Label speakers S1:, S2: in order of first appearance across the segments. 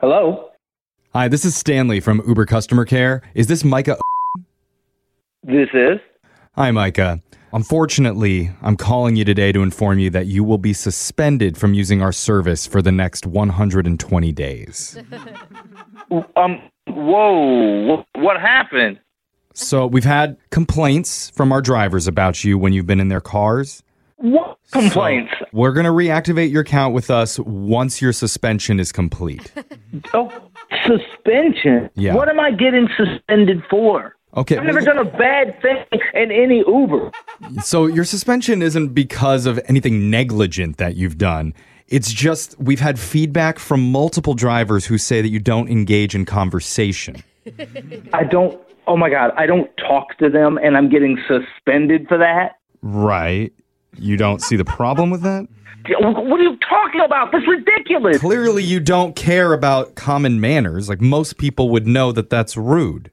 S1: Hello.
S2: Hi, this is Stanley from Uber Customer Care. Is this Micah?
S1: This is.
S2: Hi, Micah. Unfortunately, I'm calling you today to inform you that you will be suspended from using our service for the next 120 days.
S1: Um. Whoa. wh- What happened?
S2: So, we've had complaints from our drivers about you when you've been in their cars.
S1: What complaints?
S2: We're going to reactivate your account with us once your suspension is complete.
S1: Oh, suspension.
S2: Yeah.
S1: What am I getting suspended for?
S2: Okay.
S1: I've never done a bad thing in any Uber.
S2: So your suspension isn't because of anything negligent that you've done. It's just we've had feedback from multiple drivers who say that you don't engage in conversation.
S1: I don't. Oh my God. I don't talk to them, and I'm getting suspended for that.
S2: Right. You don't see the problem with that?
S1: What are you talking about? That's ridiculous.
S2: Clearly you don't care about common manners. Like most people would know that that's rude.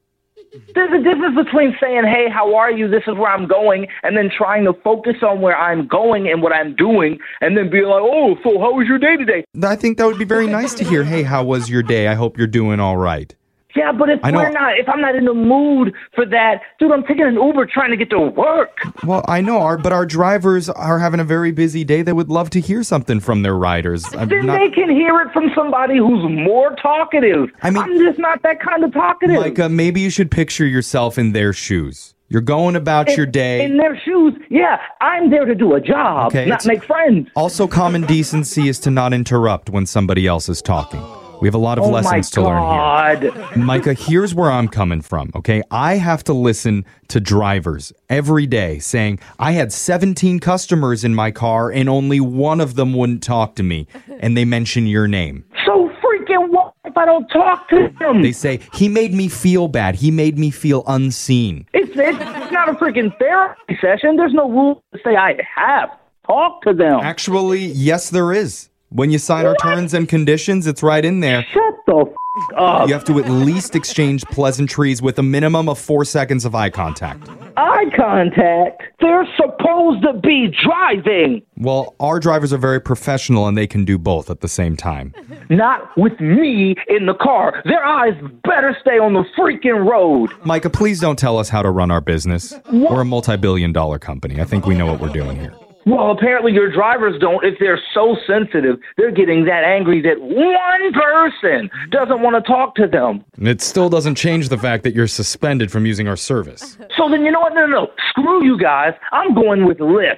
S1: There's a difference between saying, hey, how are you? This is where I'm going, and then trying to focus on where I'm going and what I'm doing, and then being like, oh, so how was your day today?
S2: I think that would be very nice to hear. Hey, how was your day? I hope you're doing all right.
S1: Yeah, but if
S2: I know-
S1: we're not, if I'm not in the mood for that, dude, I'm taking an Uber trying to get to work.
S2: Well, I know, our, but our drivers are having a very busy day. They would love to hear something from their riders. I'm
S1: Then
S2: not-
S1: they can hear it from somebody who's more talkative.
S2: I mean-
S1: I'm just not that kind of talkative.
S2: Micah, maybe you should picture yourself in their shoes. You're going about your
S1: in
S2: day.
S1: their shoes, yeah, I'm there to do a job,
S2: Okay,
S1: not
S2: it's-
S1: make friends.
S2: Also, common decency is to not interrupt when somebody else is talking. We have a lot of
S1: Oh my
S2: lessons to learn
S1: God.
S2: here. Micah, here's where I'm coming from, okay? I have to listen to drivers every day saying, I had 17 customers in my car and only one of them wouldn't talk to me. And they mention your name.
S1: So freaking what if I don't talk to them?
S2: They say, He made me feel bad. He made me feel unseen.
S1: It's, it's not a freaking therapy session. There's no rule to say I have. Talk to them.
S2: Actually, yes, there is. When you sign our terms and conditions, it's right in there.
S1: Shut the f- up.
S2: You have to at least exchange pleasantries with a minimum of four seconds of eye contact.
S1: Eye contact. They're supposed to be driving,
S2: Well, our drivers are very professional and they can do both at the same time.
S1: not with me in the car. Their eyes better stay on the freaking road.
S2: Micah, please don't tell us how to run our business. We're a multi billion dollar company. I think we know what we're doing here.
S1: Well, apparently your drivers don't. If they're so sensitive, they're getting that angry that one person doesn't want to talk to them.
S2: And it still doesn't change the fact that you're suspended from using our service.
S1: So then you know what? No, no, no. Screw you guys. I'm going with Lyft.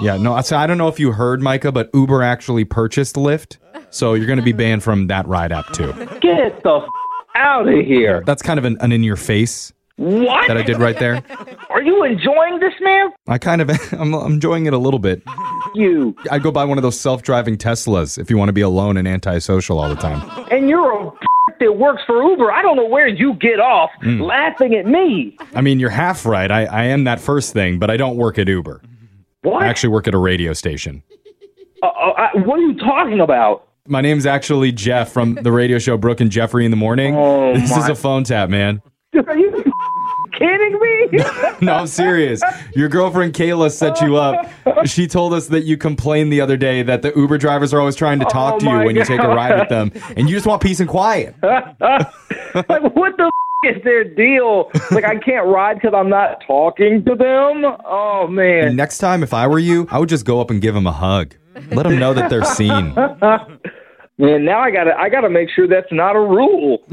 S2: Yeah, no, so I don't know if you heard, Micah, but Uber actually purchased Lyft. So you're going to be banned from that ride app too.
S1: Get the f- out of here.
S2: That's kind of an, an in your face
S1: What?
S2: that I did right there.
S1: Are you enjoying this, man?
S2: I kind of, I'm, I'm enjoying it a little bit.
S1: F- You.
S2: I go buy one of those self driving Teslas if you want to be alone and antisocial all the time.
S1: And you're a that works for Uber. I don't know where you get off
S2: Hmm.
S1: laughing at me.
S2: I mean, you're half right. I, I am that first thing, but I don't work at Uber.
S1: What?
S2: I actually work at a radio station.
S1: Uh, uh, I, what are you talking about?
S2: My name's actually Jeff from the radio show Brooke and Jeffrey in the Morning.
S1: Oh,
S2: this is
S1: my.
S2: a phone tap, man.
S1: Are you kidding me?
S2: No, I'm serious. Your girlfriend Kayla set you up. She told us that you complained the other day that the Uber drivers are always trying to talk
S1: Oh,
S2: to you
S1: my
S2: when you take a
S1: God.
S2: ride with them, and you just want peace and quiet.
S1: like, what the f- is their deal? Like, I can't ride because I'm not talking to them? Oh, man.
S2: Next time, if I were you, I would just go up and give them a hug. Let them know that they're seen.
S1: Man, now I gotta, I gotta make sure that's not a rule.